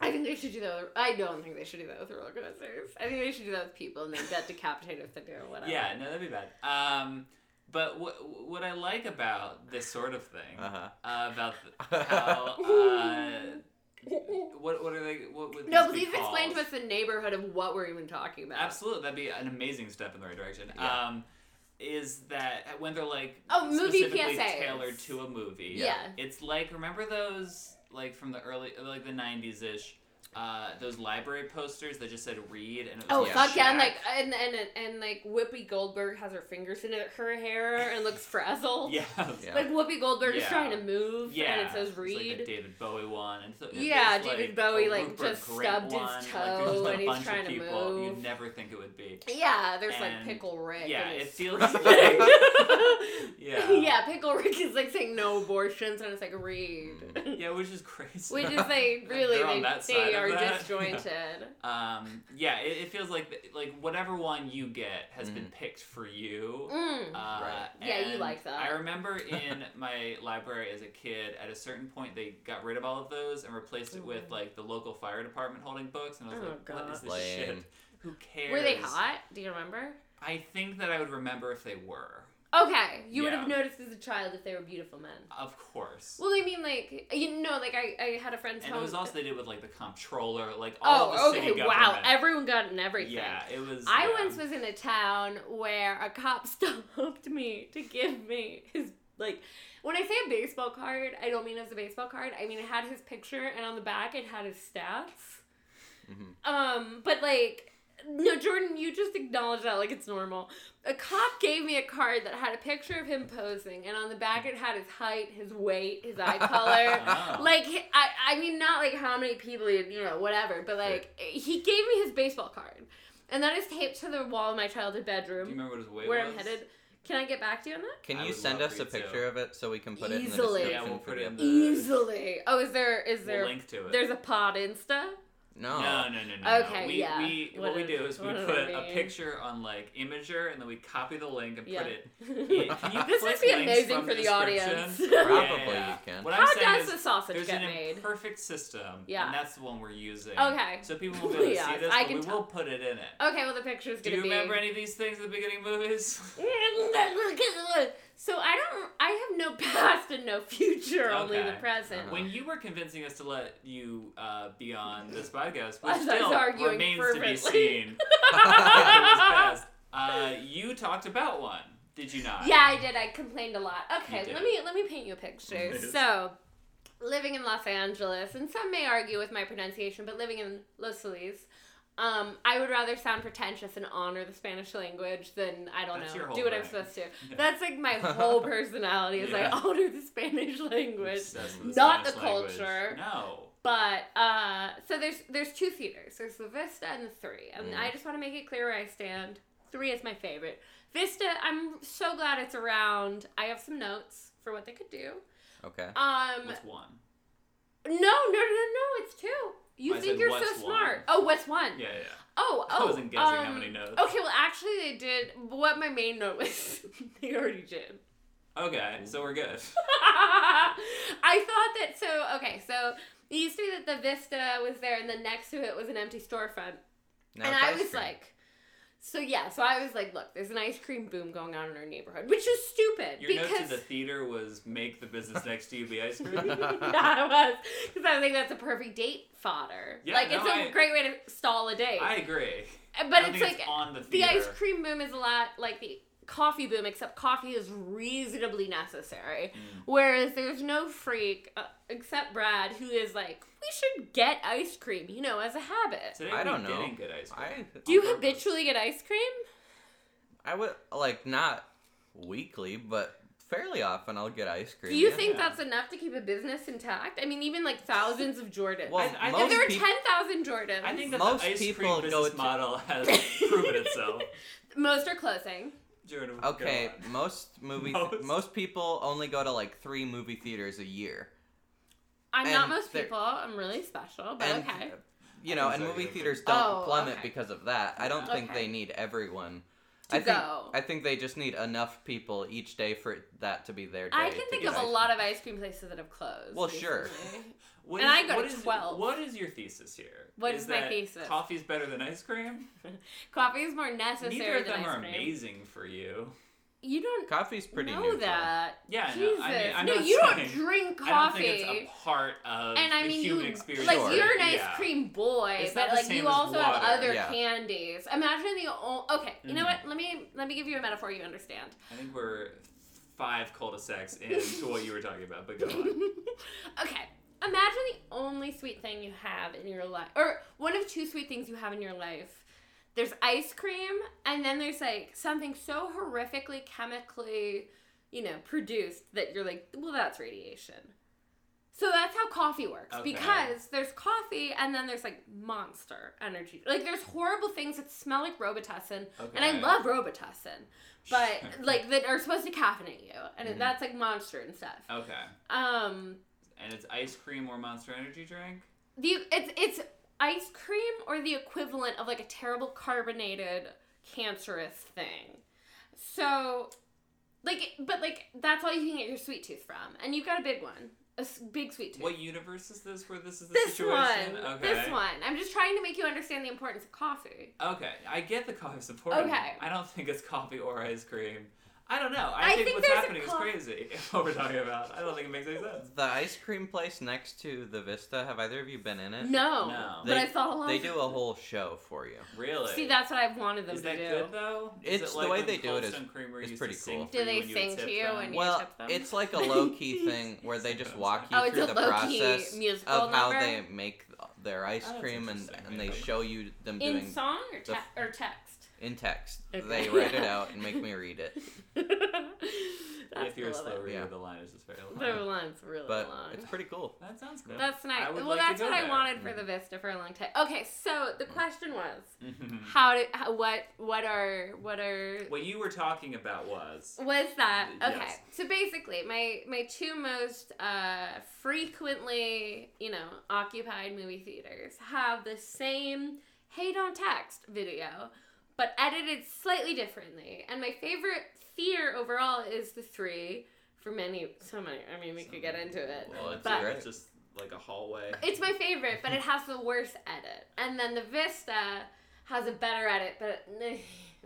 I think they should do that. With, I don't think they should do that with roller coasters. I think they should do that with people, and they get decapitated if they do or whatever. yeah, no, that'd be bad. Um, but what what I like about this sort of thing Uh huh. uh, about th- how uh, what what are they what would No, these be please explain called? to us the neighborhood of what we're even talking about. Absolutely, that'd be an amazing step in the right direction. Yeah. Um, is that when they're like Oh, movie specifically PSAs. tailored to a movie? Yeah. it's like remember those like from the early like the nineties ish. Uh, those library posters that just said read and it was Oh Yeah. fuck yeah! And like Shack? and, and and like Whoopi Goldberg has her fingers in her hair and looks frazzled. yeah Yeah. Like Whoopi Goldberg is Yeah. trying to move, yeah and it says It's like the read. David Bowie one and so and Yeah, there's, David like, Bowie, a like, Rupert just Grint stubbed his one. Like, there's just toe a and he's bunch of trying to people move. You'd never think it would be. yeah, there's And- like Pickle Rick. yeah, and it it's feels freezing. Yeah. yeah, Pickle Rick is like saying no abortions, and it's like read. Mm. Yeah, which is crazy. Which is like They're really on they, that they side of are that. disjointed. Um, yeah, it, it feels like like whatever one you get has been picked for you. Mm. Uh, Mm-hmm. Right. Yeah, you and like that. I remember in my library as a kid, at a certain point, they got rid of all of those and replaced it with like the local fire department holding books, and I was Oh, like, God. "What is this shit? Lame. Who cares?" Were they hot? Do you remember? I think that I would remember if they were. Okay, you would Yeah. have noticed as a child if they were beautiful men. Of course. Well, I mean, like you know, like I, I had a friend's and home. it was also they did with like the comptroller, like all oh, of the okay, city wow, government. everyone got in everything. yeah, it was. I yeah. once was in a town where a cop stopped me to give me his like when I say a baseball card, I don't mean it was a baseball card. I mean it had his picture and on the back it had his stats. Mhm. Mm-hmm. Um, but like no, Jordan, you just acknowledge that like it's normal. A cop gave me a card that had a picture of him posing, and on the back it had his height, his weight, his eye color. Oh. Like he- I, I mean, not like how many people you, you know, whatever, but like he gave me his baseball card, and that is taped to the wall of my childhood Do you bedroom remember what his weight where was? I'm headed. Can I get back to you on that? Can I you would send love us for a you to. picture of it so we can put it in the Easily. description? Yeah, we'll put for it the in episode? the- Easily. Oh, is there is We'll there link to it. there's a pod Insta? No. No, no, no, no. no. Okay, we, yeah. We, what, What we did- do is we what did put I a mean? picture on like Imager, and then we copy the link and Yeah. put it. in- Can you This click would be links amazing from for the audience. description? Yeah, Probably yeah. you can. What How I'm saying does is the sausage there's get an made? imperfect system, Yeah. and that's the one we're using. Okay. So people will be able to Yeah, see this, I but can we tell. will put it in it. Okay, well the picture's Do gonna you be. remember any of these things at the beginning of movies? so I don't. I have no past and no future, only the Okay. present. Uh-huh. When you were convincing us to let you uh, be on this podcast, I which was still arguing remains fervently. to be seen, after this past, uh, you talked about one, did you not? Yeah, I did. I complained a lot. You Okay, did. let me let me paint you a picture. Yes. so, living in Los Angeles, and some may argue with my pronunciation, but living in Los Feliz, um, I would rather sound pretentious and honor the Spanish language than I don't That's know your whole do what I'm brain. supposed to. That's like my whole personality is Yeah. I honor the Spanish language. Obsessed with Not Spanish the language. culture. No. But uh, so there's there's two theaters. There's the Vista and the Three, and Mm. Mhm. I just want to make it clear where I stand. Three is my favorite. Vista, I'm so glad it's around. I have some notes for what they could do. Okay. Um, What's one? no, no, no, no, no, it's two. You I think said you're so what's one. smart? Oh, what's one? Yeah, yeah. Oh, I oh. wasn't guessing how um, many notes. Okay, well, actually, they did what my main note was. they already did. Okay, so we're good. I thought that so okay, so it used to be that the Vista was there and then next to it was an empty storefront. Now and it's I ice was cream. like so yeah, so I was like, look, there's an ice cream boom going on in our neighborhood, which is stupid Your note to because the theater was make the business next to you be ice cream. yeah, it was because I think that's a perfect date fodder. Yeah, like no, it's a I- great way to stall a date. I agree. I but don't it's think like it's on the the theater. ice cream boom is a lot like the coffee boom, except coffee is reasonably necessary. Mm. Whereas there's no freak uh, except Brad who is like, we should get ice cream, you know, as a habit. Today I we're don't know. Getting good ice cream. I Do you on purpose. habitually get ice cream? I would like not weekly, but fairly often I'll get ice cream. Do you yeah. think Yeah. that's enough to keep a business intact? I mean, even like thousands of Jordans. Well, I- I- most if there were peop- 10,000 Jordans, I think that Most the ice people cream go business to- model has proven itself. most are closing. Jordan, go Okay, on. most movie Most? most? people only go to like three movie theaters a year. I'm And not most there- people. I'm really special, but and Oh, okay. you know, I'm and sorry, movie I theaters didn't- don't Oh, plummet okay. because of that. I don't think Okay. they need everyone. To I think go. I think they just need enough people each day for that to be their day. I can to think get of ice a cream. lot of ice cream places that have closed. Well, sure. recently. What And I go what to 12. What is your thesis here? What is is my that thesis? Coffee's better than ice cream. Coffee is more necessary Neither of than them ice are cream. amazing for you. You don't Coffee's pretty know neutral. that. Yeah, I know. Jesus. I mean, I'm no, not you saying- don't drink coffee. I don't think it's a part of and I the mean, human you experience. like Sure. you're an ice Yeah. cream boy, It's not but the like same you as also have water. other Yeah. candies. Imagine the o- okay. You know Mhm. what? Let me let me give you a metaphor you understand. I think we're five cul-de-sacs into what you were talking about, but go on. okay. Imagine the only sweet thing you have in your life, or one of two sweet things you have in your life. There's ice cream, and then there's like something so horrifically chemically, you know, produced that you're like, well, that's radiation. So that's how coffee works Okay. because there's coffee and then there's like monster energy. Like there's horrible things that smell like Robitussin, and I Okay. love Robitussin, but like that are supposed to caffeinate you, and Mhm. that's like monster and stuff. Okay. Um, And it's ice cream or Monster Energy drink? the it's it's ice cream or the equivalent of like a terrible carbonated cancerous thing. So, like, but like that's all you can get your sweet tooth from, and you've got a big one, a s- big sweet tooth. What universe is this where this is the this situation? one, Okay. this one. I'm just trying to make you understand the importance of coffee. Okay, I get the coffee support. Okay. I don't think it's coffee or ice cream. I don't know. I I, think, think what's there's a happening is co- crazy. What we're talking about. I don't think it makes any sense. The ice cream place next to the Vista. Have either of you been in it? No, Uh, No. but They- I saw a lot. They do a whole show for you. Really? See, that's what I've wanted them Is to that do. good though? It's- the way when they do it is- Coldstone Creamery it's used pretty to sing cool. for Do you they when you would sing tip to you them? when you- Well, tip them. it's like a low key thing where they just walk you Oh, it's through a the low-key process musical of how number? they make their ice Oh, that's cream and, interesting. and they Maybe. show you them doing in song or, the- te- or text. in text. Okay. They write it out and make me read it. That's if you're a love slow it. reader, Yeah. the line is just very The long. line's really But long. it's pretty cool. That sounds cool. That's nice. I would Well, like to Mm-hmm. that's go what I there. wanted for the Vista for a long time. Okay, so Mm-hmm. the question was, Mhm. how do how, what what are what are what you were talking about was was that okay? Yes. So basically, my my two most uh, frequently you know occupied movie theaters have the same "Hey Don't Text" video, but edited slightly differently. And my favorite fear overall is the three. For many, so many. I mean, we could get into it. Well, it's, but- great. It's just like a hallway. It's my favorite, but it has the worst edit. And then the Vista has a better edit, but eh,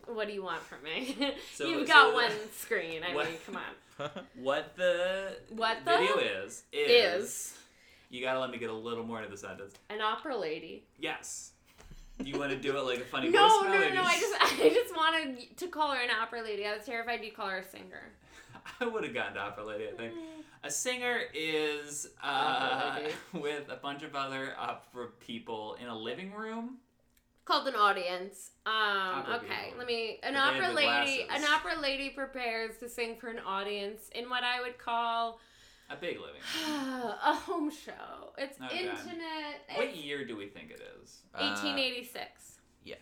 what do you want from me? So- You've so got the- one screen. I What- mean, come on. Uh, What the What the- video is is, you gotta let me get a little more into the sentence. An opera lady. Yes. Do you want to do it like a funny No, no, voice no, melody? no. I just, I just wanted to call her an opera lady. I was terrified you'd call her a singer. I would have gotten to opera lady. I think a singer is uh, Opera lady. with a bunch of other opera people in a living room. Called an audience. Um, Opera okay, people. let me. But An they opera have the lady. An glasses. opera lady prepares to sing for an audience in what I would call A big living. room. a home show. It's Oh, God. intimate. what it's- year do we think it is? Uh, 1886. Yes.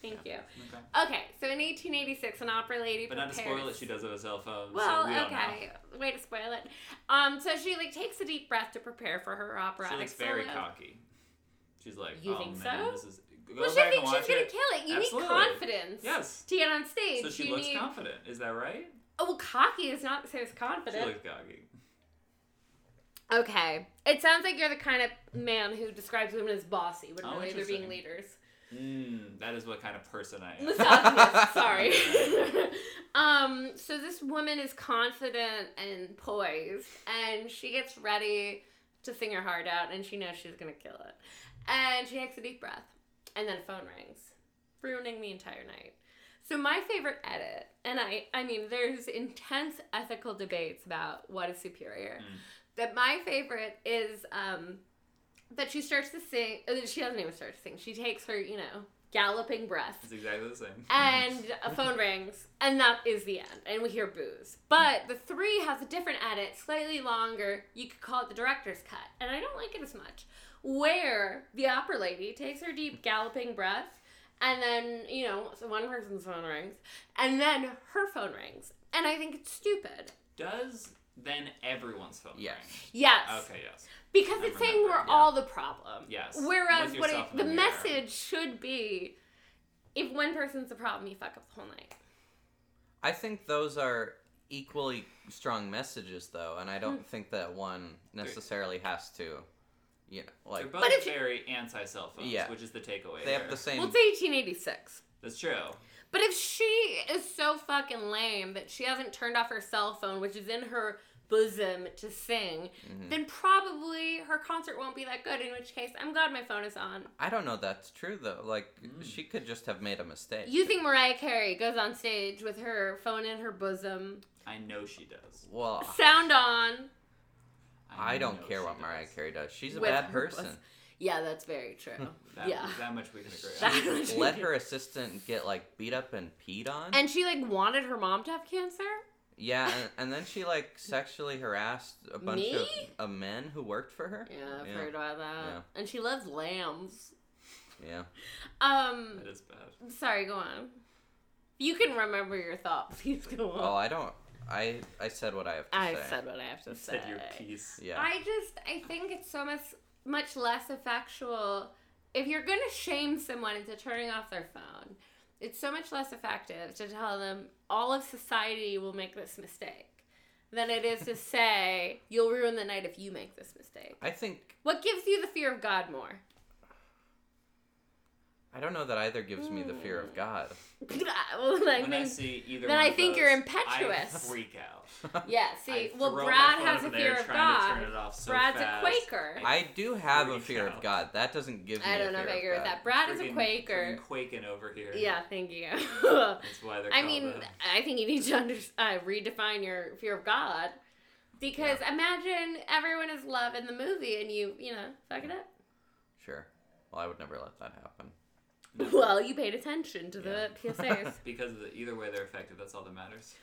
Thank Okay. you. Okay, so in 1886, an opera lady. But not to prepares- spoil it, she does it with a cell phone. Well, so we don't know. okay. Way to spoil it. Um, so she like takes a deep breath to prepare for her operatic She looks very solo. cocky. She's like, You oh think man, so? this is. Go Well, she back thinks and watch she's gonna it. kill it. You Absolutely. need confidence. Yes. To get on stage, So she you looks need. confident. Is that right? oh, well, cocky is not the same as She confident. looks cocky. okay. It sounds like you're the kind of man who describes women as bossy, but Oh, really they're being interesting. leaders. Mm, that is what kind of person I am. misogynist. sorry. um. So this woman is confident and poised, and she gets ready to sing her heart out, and she knows she's gonna kill it. And she takes a deep breath, and then a phone rings, ruining the entire night. So my favorite edit, and I, I mean, there's intense ethical debates about what is superior. Mm. But my favorite is um, that she starts to sing. uh, She doesn't even start to sing. She takes her, you know, galloping breath, It's exactly the same. and a phone rings, and that is the end, and we hear booze. But the three has a different edit, slightly longer. You could call it the director's cut, and I don't like it as much. Where the opera lady takes her deep galloping breath, and then you know, so one person's phone rings, and then her phone rings, and I think it's stupid. Does then everyone's phone Yes. ring? Yes, Okay, yes. because I it's saying remember, we're yeah. all the problem. Yes. Whereas Look what yourself it, in the mirror. message should be, if one person's the problem, you fuck up the whole night. I think those are equally strong messages though, and I Hmm. don't think that one necessarily has to you know They're like both But if you- very anti cell phones, Yeah. which is the takeaway. they have here. the same Well, it's 1886. That's true. But if she is so fucking lame that she hasn't turned off her cell phone, which is in her bosom to sing, Mhm. then probably her concert won't be that good, in which case, I'm glad my phone is on. I don't know that's true though. Like Mm. she could just have made a mistake. You think Mariah Carey goes on stage with her phone in her bosom, I know she does. well sound on? I don't know care she what Mariah does. Carey does. She's a With bad her person. bosom. Yeah, that's very true. That, Yeah. that much we can agree on. That much- Let her assistant get like beat up and peed on. and she like wanted her mom to have cancer? yeah, and, and then she like sexually harassed a bunch Me? of uh, men who worked for her. Yeah, I've Yeah. heard about that. Yeah. And she loves lambs. Yeah. Um, That is bad. Sorry, go on. You can remember your thought. Please go on. Oh, I don't. I I said what I have to I say. said what I have to say. Said your piece. Yeah. I just I think it's so much much less effectual if you're going to shame someone into turning off their phone, it's so much less effective to tell them all of society will make this mistake than it is to say you'll ruin the night if you make this mistake. I think What gives you the fear of God more? I don't know that either gives me the fear Hmm. of God. well, I when I mean, see either then one I of think you're those, impetuous. I freak out. yeah, I see, well, throw my Brad phone has over a there fear of trying to God. turn it off so Brad's fast. a Quaker. I do have a freak fear of out. God. That doesn't give me I don't a know if fear I of agree with God. that. Brad is a Friggin- Quaker. friggin' Quaking over here. Yeah, thank you. That's why they're I called mean, oh, the- I think you need to under, uh, redefine your fear of God, because imagine everyone is love in the movie and you, you know, fuck it up. Sure. Well, I would never let that happen. Well, you paid attention to the PSAs. because of the, either way they're effective, that's all that matters.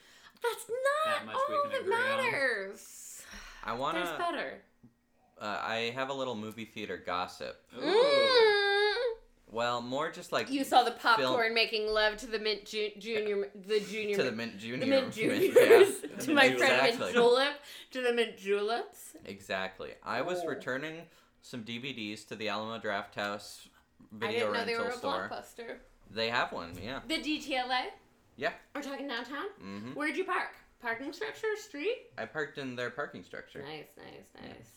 That's That not much we all can that agree on. matters. I want There's to. better. Uh, I have a little movie theater gossip. Ooh. Mm. Well, more just like You saw the popcorn film- making love to the mint ju- junior, the junior, to the mint junior. the mint mint- juniors, yeah. to my friend Exactly. mint julep, to the mint juleps. Exactly. I was Oh. returning some DVDs to the Alamo Draft House I video didn't know they rental were a store. blockbuster. They have one, yeah. The DTLA. Yeah. We're talking downtown. hmm Where'd you park? Parking structure, street. I parked in their parking structure. Nice, nice, nice.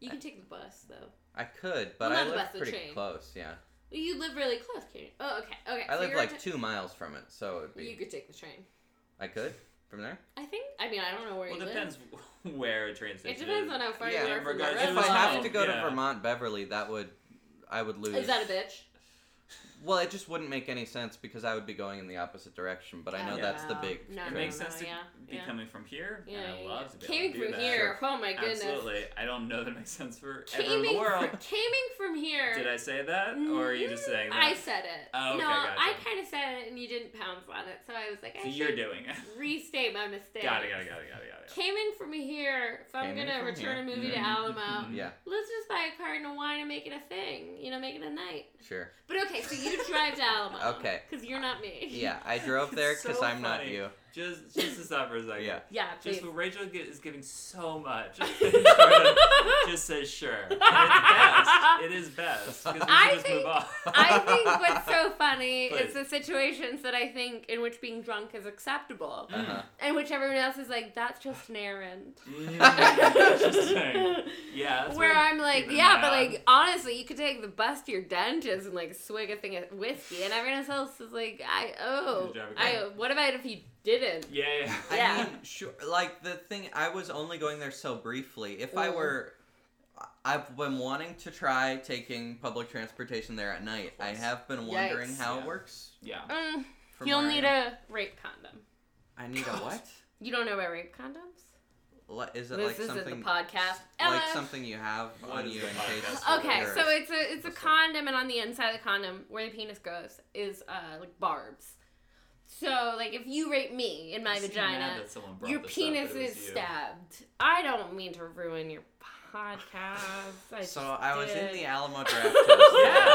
You can take the bus though. I could, but Well, I not the live bus, the pretty train. close. Yeah, Well, you live really close, can you? Oh, okay, okay. I so live you're like ta- two miles from it, so it'd be. You could take the train. I could from there. I think. I mean, I don't know where Well, you it depends where a train live. It station depends is. on how far Yeah, you are in from the regards- red If I have line. to go Yeah. to Vermont Beverly, that would, I would lose. Is that a bitch? Well, it just wouldn't make any sense because I would be going in the opposite direction. But I know Oh, that's the wow. big. No, It thing. no, makes no, sense to yeah, be yeah. coming from here, Yeah, and I yeah, love yeah. to be Came able to do from that. here. Oh my goodness. Absolutely. I don't know that it makes sense for everyone in Caming the world. from, caming from here. Did I say that, or are you just saying Mm, I that? said it. Oh, okay, no, I gotcha. kind of said it, and you didn't pounce on it, so I was like, I so should you're doing it. restate my mistake. Got it. Got it. Got it. Got it. Got it. Got it. Came in from here. If I'm Came in gonna from return here. a movie to Mhm. Alamo, Yeah, let's just buy a card and a wine and make it a thing. You know, make it a night. sure. But okay, so you drive to Alamo. Okay. Because you're not me. Yeah, I drove there It's because so I'm not funny. you. Just, just to stop for a second. Yeah. Yeah, please. Just Rachel gi- is giving so much. just says sure. And it's best. It is best because we should I just think- move on. I think what's so funny is Please. the situations that I think in which being drunk is acceptable, Uh huh. and which everyone else is like, that's just an errand. Mm, Interesting. Yeah. That's Where what I'm like, keeping an yeah, eye but on. like honestly, you could take the bus to your dentist and like swig a thing of whiskey, and everyone else is like, I oh, Just drive a car. I owe. what about if you didn't? Yeah. yeah. Yeah. I mean, sure. Like the thing, I was only going there so briefly. If I Mm. were, I- I've been wanting to try taking public transportation there at night. I course. have been wondering Yikes. how Yeah. it works. Yeah. Mm, from you'll where I need am. a rape condom. I need a what? You don't know about rape condoms? Li- Is it This like isn't the something podcast. like Ella. something you have What on is you the in podcast? case? Okay, you're- so it's a it's a What's that? condom, and on the inside of the condom, where the penis goes, is uh like barbs. So like if you rape me in I'm my so mad vagina, that someone brought your this up, penis but it was is you. stabbed. I don't mean to ruin your podcast. I So just I was in did. the Alamo draft house, Yeah.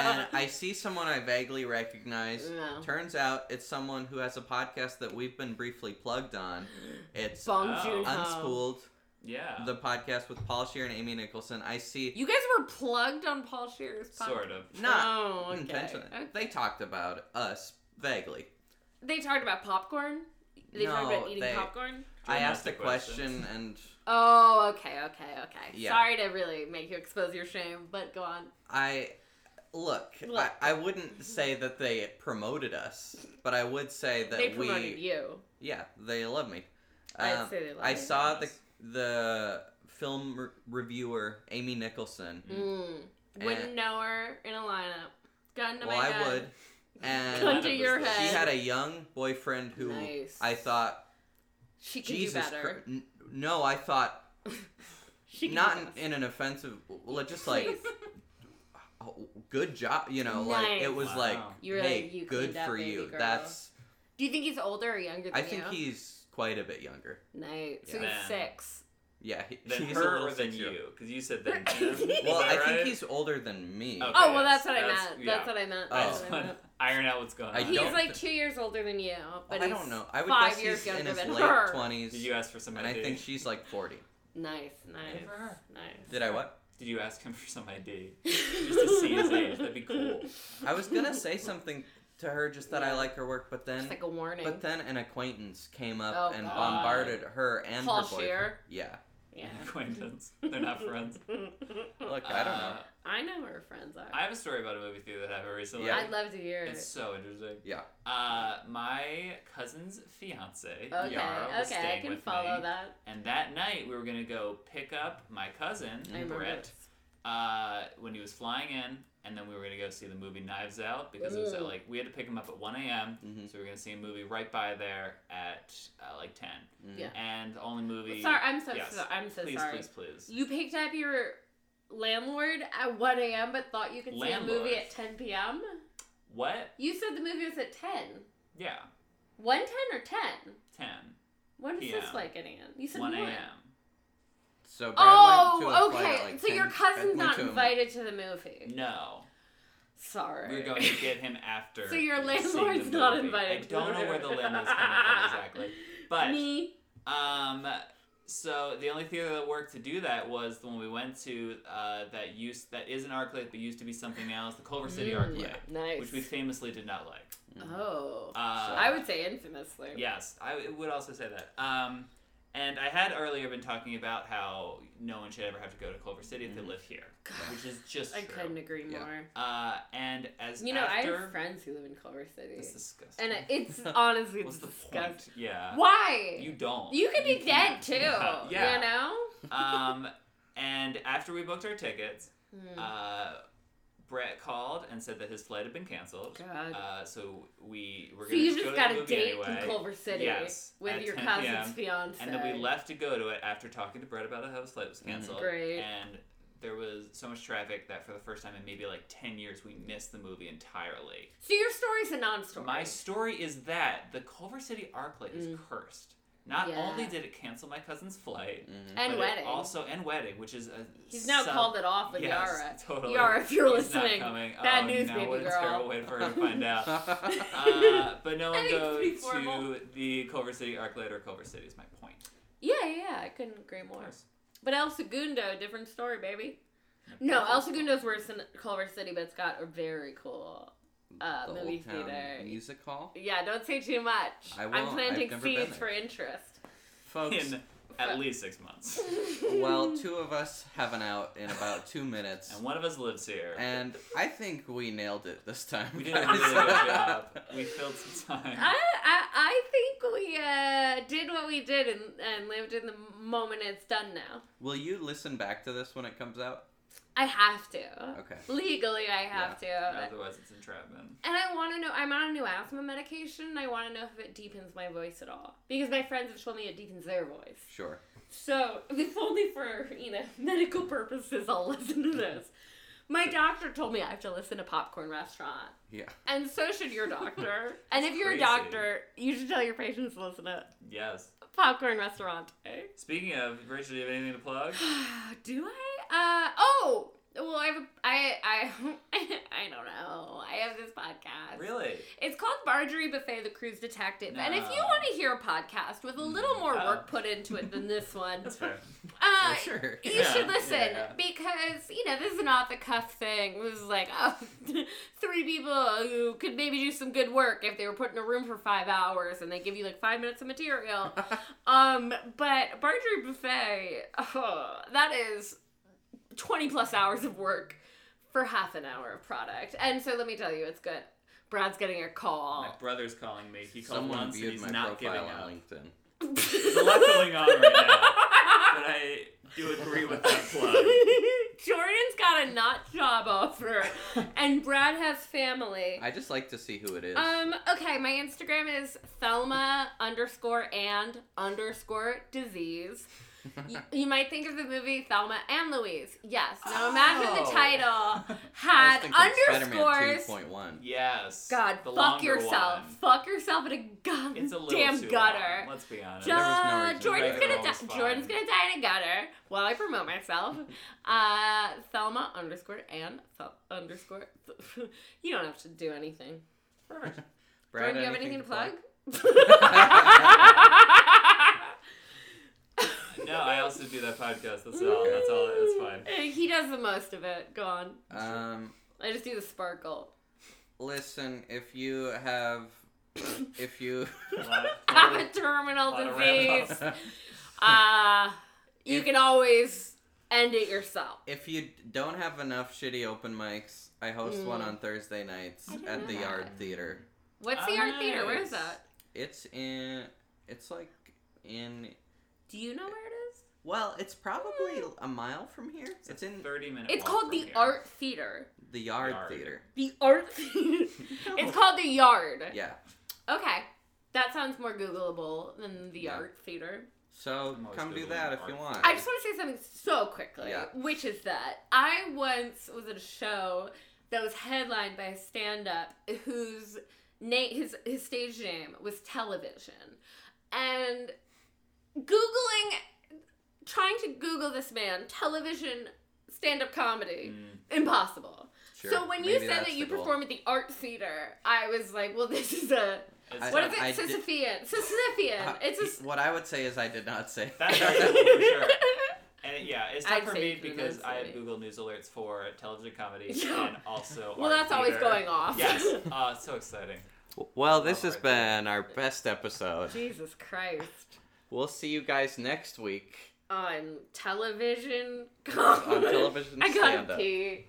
and I see someone I vaguely recognize. No. Turns out it's someone who has a podcast that we've been briefly plugged on. It's Bong Oh. Joon-ho. Unschooled, Yeah. the podcast with Paul Shear and Amy Nicholson. I see You guys were plugged on Paul Shear's podcast. sort of. not oh, okay. intentionally. Okay. They talked about us vaguely. They talked about popcorn. They talked No, about eating they- popcorn. I asked a Journalistic questions. question and Oh, okay, okay, okay. Yeah. Sorry to really make you expose your shame, but go on. I look, Look. I, I wouldn't say that they promoted us, but I would say that they we promoted you. yeah, they love me. I'd Um, say they love I you. saw the Yes. the film re- reviewer Amy Nicholson. Mm. Wouldn't know her in a lineup. Gun to well, Oh my I head. would. Gun And to Lineup your is the- head. she had a young boyfriend who Nice. I thought She can Jesus. do better. Chr- n- no, I thought she can not do in, better. in an offensive. Well, just like Please. oh, good job, you know. Like it Nice. was Wow. like You were hey, like, you good cleaned up, for baby you. girl. That's Do you think he's older or younger than I think you? he's quite a bit younger. Nice. So Yeah. he's six. Yeah, he, Than he's a her little or than six-year-old. you? Because you said than him. Well, Is I that right? think he's older than me. Okay. Oh well, yes, that's what I that's- meant. yeah. That's what I meant. Oh. I That's just what I want meant. to iron out what's going on. I He's don't like think- two years older than you, but I he's don't know. I would five guess years he's in younger his than late her. twenties, Did you ask for some and I ID? think she's like forty. nice, nice, for her. nice. Did I what? Did you ask him for some ID? Just to see his age. That'd be cool. I was gonna say something to her just that I like her work, but then It's like a warning. but then an acquaintance came up Oh, and God. bombarded her and her Paul boyfriend. Scheer? Yeah. yeah. Acquaintance. They're not friends. Look, I don't know. Uh, I know where her friends are. I have a story about a movie theater that happened recently. Yeah. I'd love to hear It's it. so interesting. Yeah. Uh, my cousin's fiance, Okay, Yara, was okay, I staying can with follow me. that. And that night, we were gonna go pick up my cousin I remember. Brett this. uh, when he was flying in, and then we were gonna go see the movie Knives Out because it was at, Ooh. like we had to pick him up at one a.m. Mhm. So we were gonna see a movie right by there at uh, like ten. Mhm. Yeah. And the only movie. Sorry, I'm so, Yes. so I'm so please, sorry. please, please. You picked up your landlord at 1 a.m. but thought you could see a Landlord. movie at 10 p.m. What? You said the movie was at 10. Yeah, 110 or 10? ten. What is this PM. like, Anne? You said 1. One a.m. So Brad went to a Oh, flight okay. at, like, so 10 your cousin's went not to a- invited to the movie. No, Sorry. we were going to get him after. So your seeing the landlord's not movie. invited I to don't the know where the movie. landlord's coming from exactly, but Me. Um, so the only theater that worked to do that was the one we went to uh, that used that is an ArcLight but used to be something else, the Culver City Mm, ArcLight, yeah. Nice. which we famously did not like. Mm-hmm. oh. Uh, I would say infamously. Yes, I would also say that. Um, and I had earlier been talking about how no one should ever have to go to Culver City if they Mhm. live here, God, which is just Mm-hmm. I true. couldn't agree Yeah. more. Uh, and as You know, I after, have friends who live in Culver City. It's disgusting. And it- it's honestly What's the disgusting. point? Yeah, Why? you don't. You could be dead can't. too. Yeah. yeah. You know? um, and after we booked our tickets, Hmm. uh, Brett called and said that his flight had been canceled. God. Uh, so we were so going you to go just to got the a movie date anyway. in Culver City Yes, with at your 10 PM. cousin's fiance. and then we left to go to it after talking to Brett about how his flight was Mhm. canceled. Great. And there was so much traffic that for the first time in maybe like 10 years, we missed the movie entirely. So your story's a non-story. My story is that the Culver City ArcLight is cursed. Not Mm. Yeah. only did it cancel my cousin's flight, Mhm. and but it wedding. also and wedding, which is a He's now sub- called it off with Yes, Yara. totally. Yara, if you're He's listening, Not coming. bad oh, news, no, baby what a girl. terrible way for her to find out. Uh, but no I one think it's pretty goes formal. to the Culver City ArcLight or Culver City is my point. Yeah, yeah, yeah, I couldn't agree Of more. course. But El Segundo, different story, baby. No, El Segundo's worse than Culver City, but it's got a very cool uh, The Old movie Town theater. Music Hall. Yeah, don't say too much. I am won't. I've planting never been seeds there. for interest. Folks, in at least six months, well, two of us have an out in about two minutes. and one of us lives here. And I think we nailed it this time. we did a guys. really good job. We filled some I, time. I, I think we uh, did what we did and, and lived in the moment it's done now. Will you listen back to this when it comes out? I have to. Okay. Legally, I have to. Otherwise, it's entrapment. And I want to know, I'm on a new asthma medication, and I want to know if it deepens my voice at all. Because my friends have told me it deepens their voice. Sure. So, if only for, you know, medical purposes, I'll listen to this. My doctor told me I have to listen to Popcorn Restaurant. Yeah. And so should your doctor. and if you're crazy. a doctor, you should tell your patients to listen to Yes. Popcorn Restaurant. eh? Speaking of, Rachel, do you have anything to plug? Do I? Uh, oh! Well, I have a, I, I, I don't know. I have this podcast. Really? It's called Marjorie Buffet, the Cruise Detective. And if you No. want to hear a podcast with a little more Oh. work put into it than this one, That's fair. uh, sure. you Yeah, should listen yeah. because you know this is an off the cuff thing. This is like oh, three people who could maybe do some good work if they were put in a room for five hours and they give you like five minutes of material. um, but Marjorie Buffet, oh, that is twenty plus hours of work for half an hour of product. And so let me tell you, it's good. Brad's getting a My call. brother's calling me. He called Someone once and viewed he's my not giving profile up. on LinkedIn. There's a lot going on right now. but I do agree with that plug. Jordan's got a not job offer, and Brad has family. I just like to see who it is. Um, okay, my Instagram is Thelma underscore and underscore disease. You, you might think of the movie Thelma and Louise. Yes, now imagine the Oh. title I was had thinking underscores. Spider-Man 2.1. Yes. God, the fuck longer yourself. one. Fuck yourself in a goddamn It's a little too gutter. Long. Let's be honest. There was no Uh, reason. Jordan's Regular gonna one was die. fine. Jordan's gonna die in a gutter while I promote myself. Uh, Thelma underscore and Thel- underscore. you don't have to do anything. Perfect. Brad, Jordan, do you have anything to plug? No, I also do that podcast. That's all. That's all. That's fine. Uh, Uh, He does the most of it. Go on. Um, I just do the sparkle. listen, if you have, if you, A lot of- I'm a terminal lot of ramble. disease. Uh, you If- can always end it yourself. if you don't have enough shitty open mics, I host one on Thursday nights Mm. I didn't at know the that. Yard Theater. What's the art theater? Where is Uh, Nice. that? It's in. It's like in. Do you know where it is? Well, it's probably a mile from here. It's, It's in in thirty minutes. It's called the Art Theater. the Yard, Yard. Theater. The Art Theater. No. It's called the Yard. Yeah. Okay. That sounds more Googleable than the Yeah. Art Theater. So Most come do of them that if you are. want. I just want to say something so quickly, Yeah. which is that I once was at a show that was headlined by a stand-up whose name, his his stage name was Television, and googling, trying to Google this man, Television stand-up comedy, Mm, impossible. Hmm. Sure, So when you maybe said that's that you the goal. perform at the Art Theater, I was like, well, this is a I- what is I it? did- Sisyphean. Sisyphean. Uh, It's a what I would say is I did not say. That's acceptable for sure. And it- yeah, it's tough I'd for say me Google because News I have already. Google News alerts for television comedy Yeah. and also. well, art that's always theater. going off. Yes. Uh, so exciting. well, this this has has been our best episode. Jesus Christ. We'll see you guys next week on television. on television I stand gotta up. pee.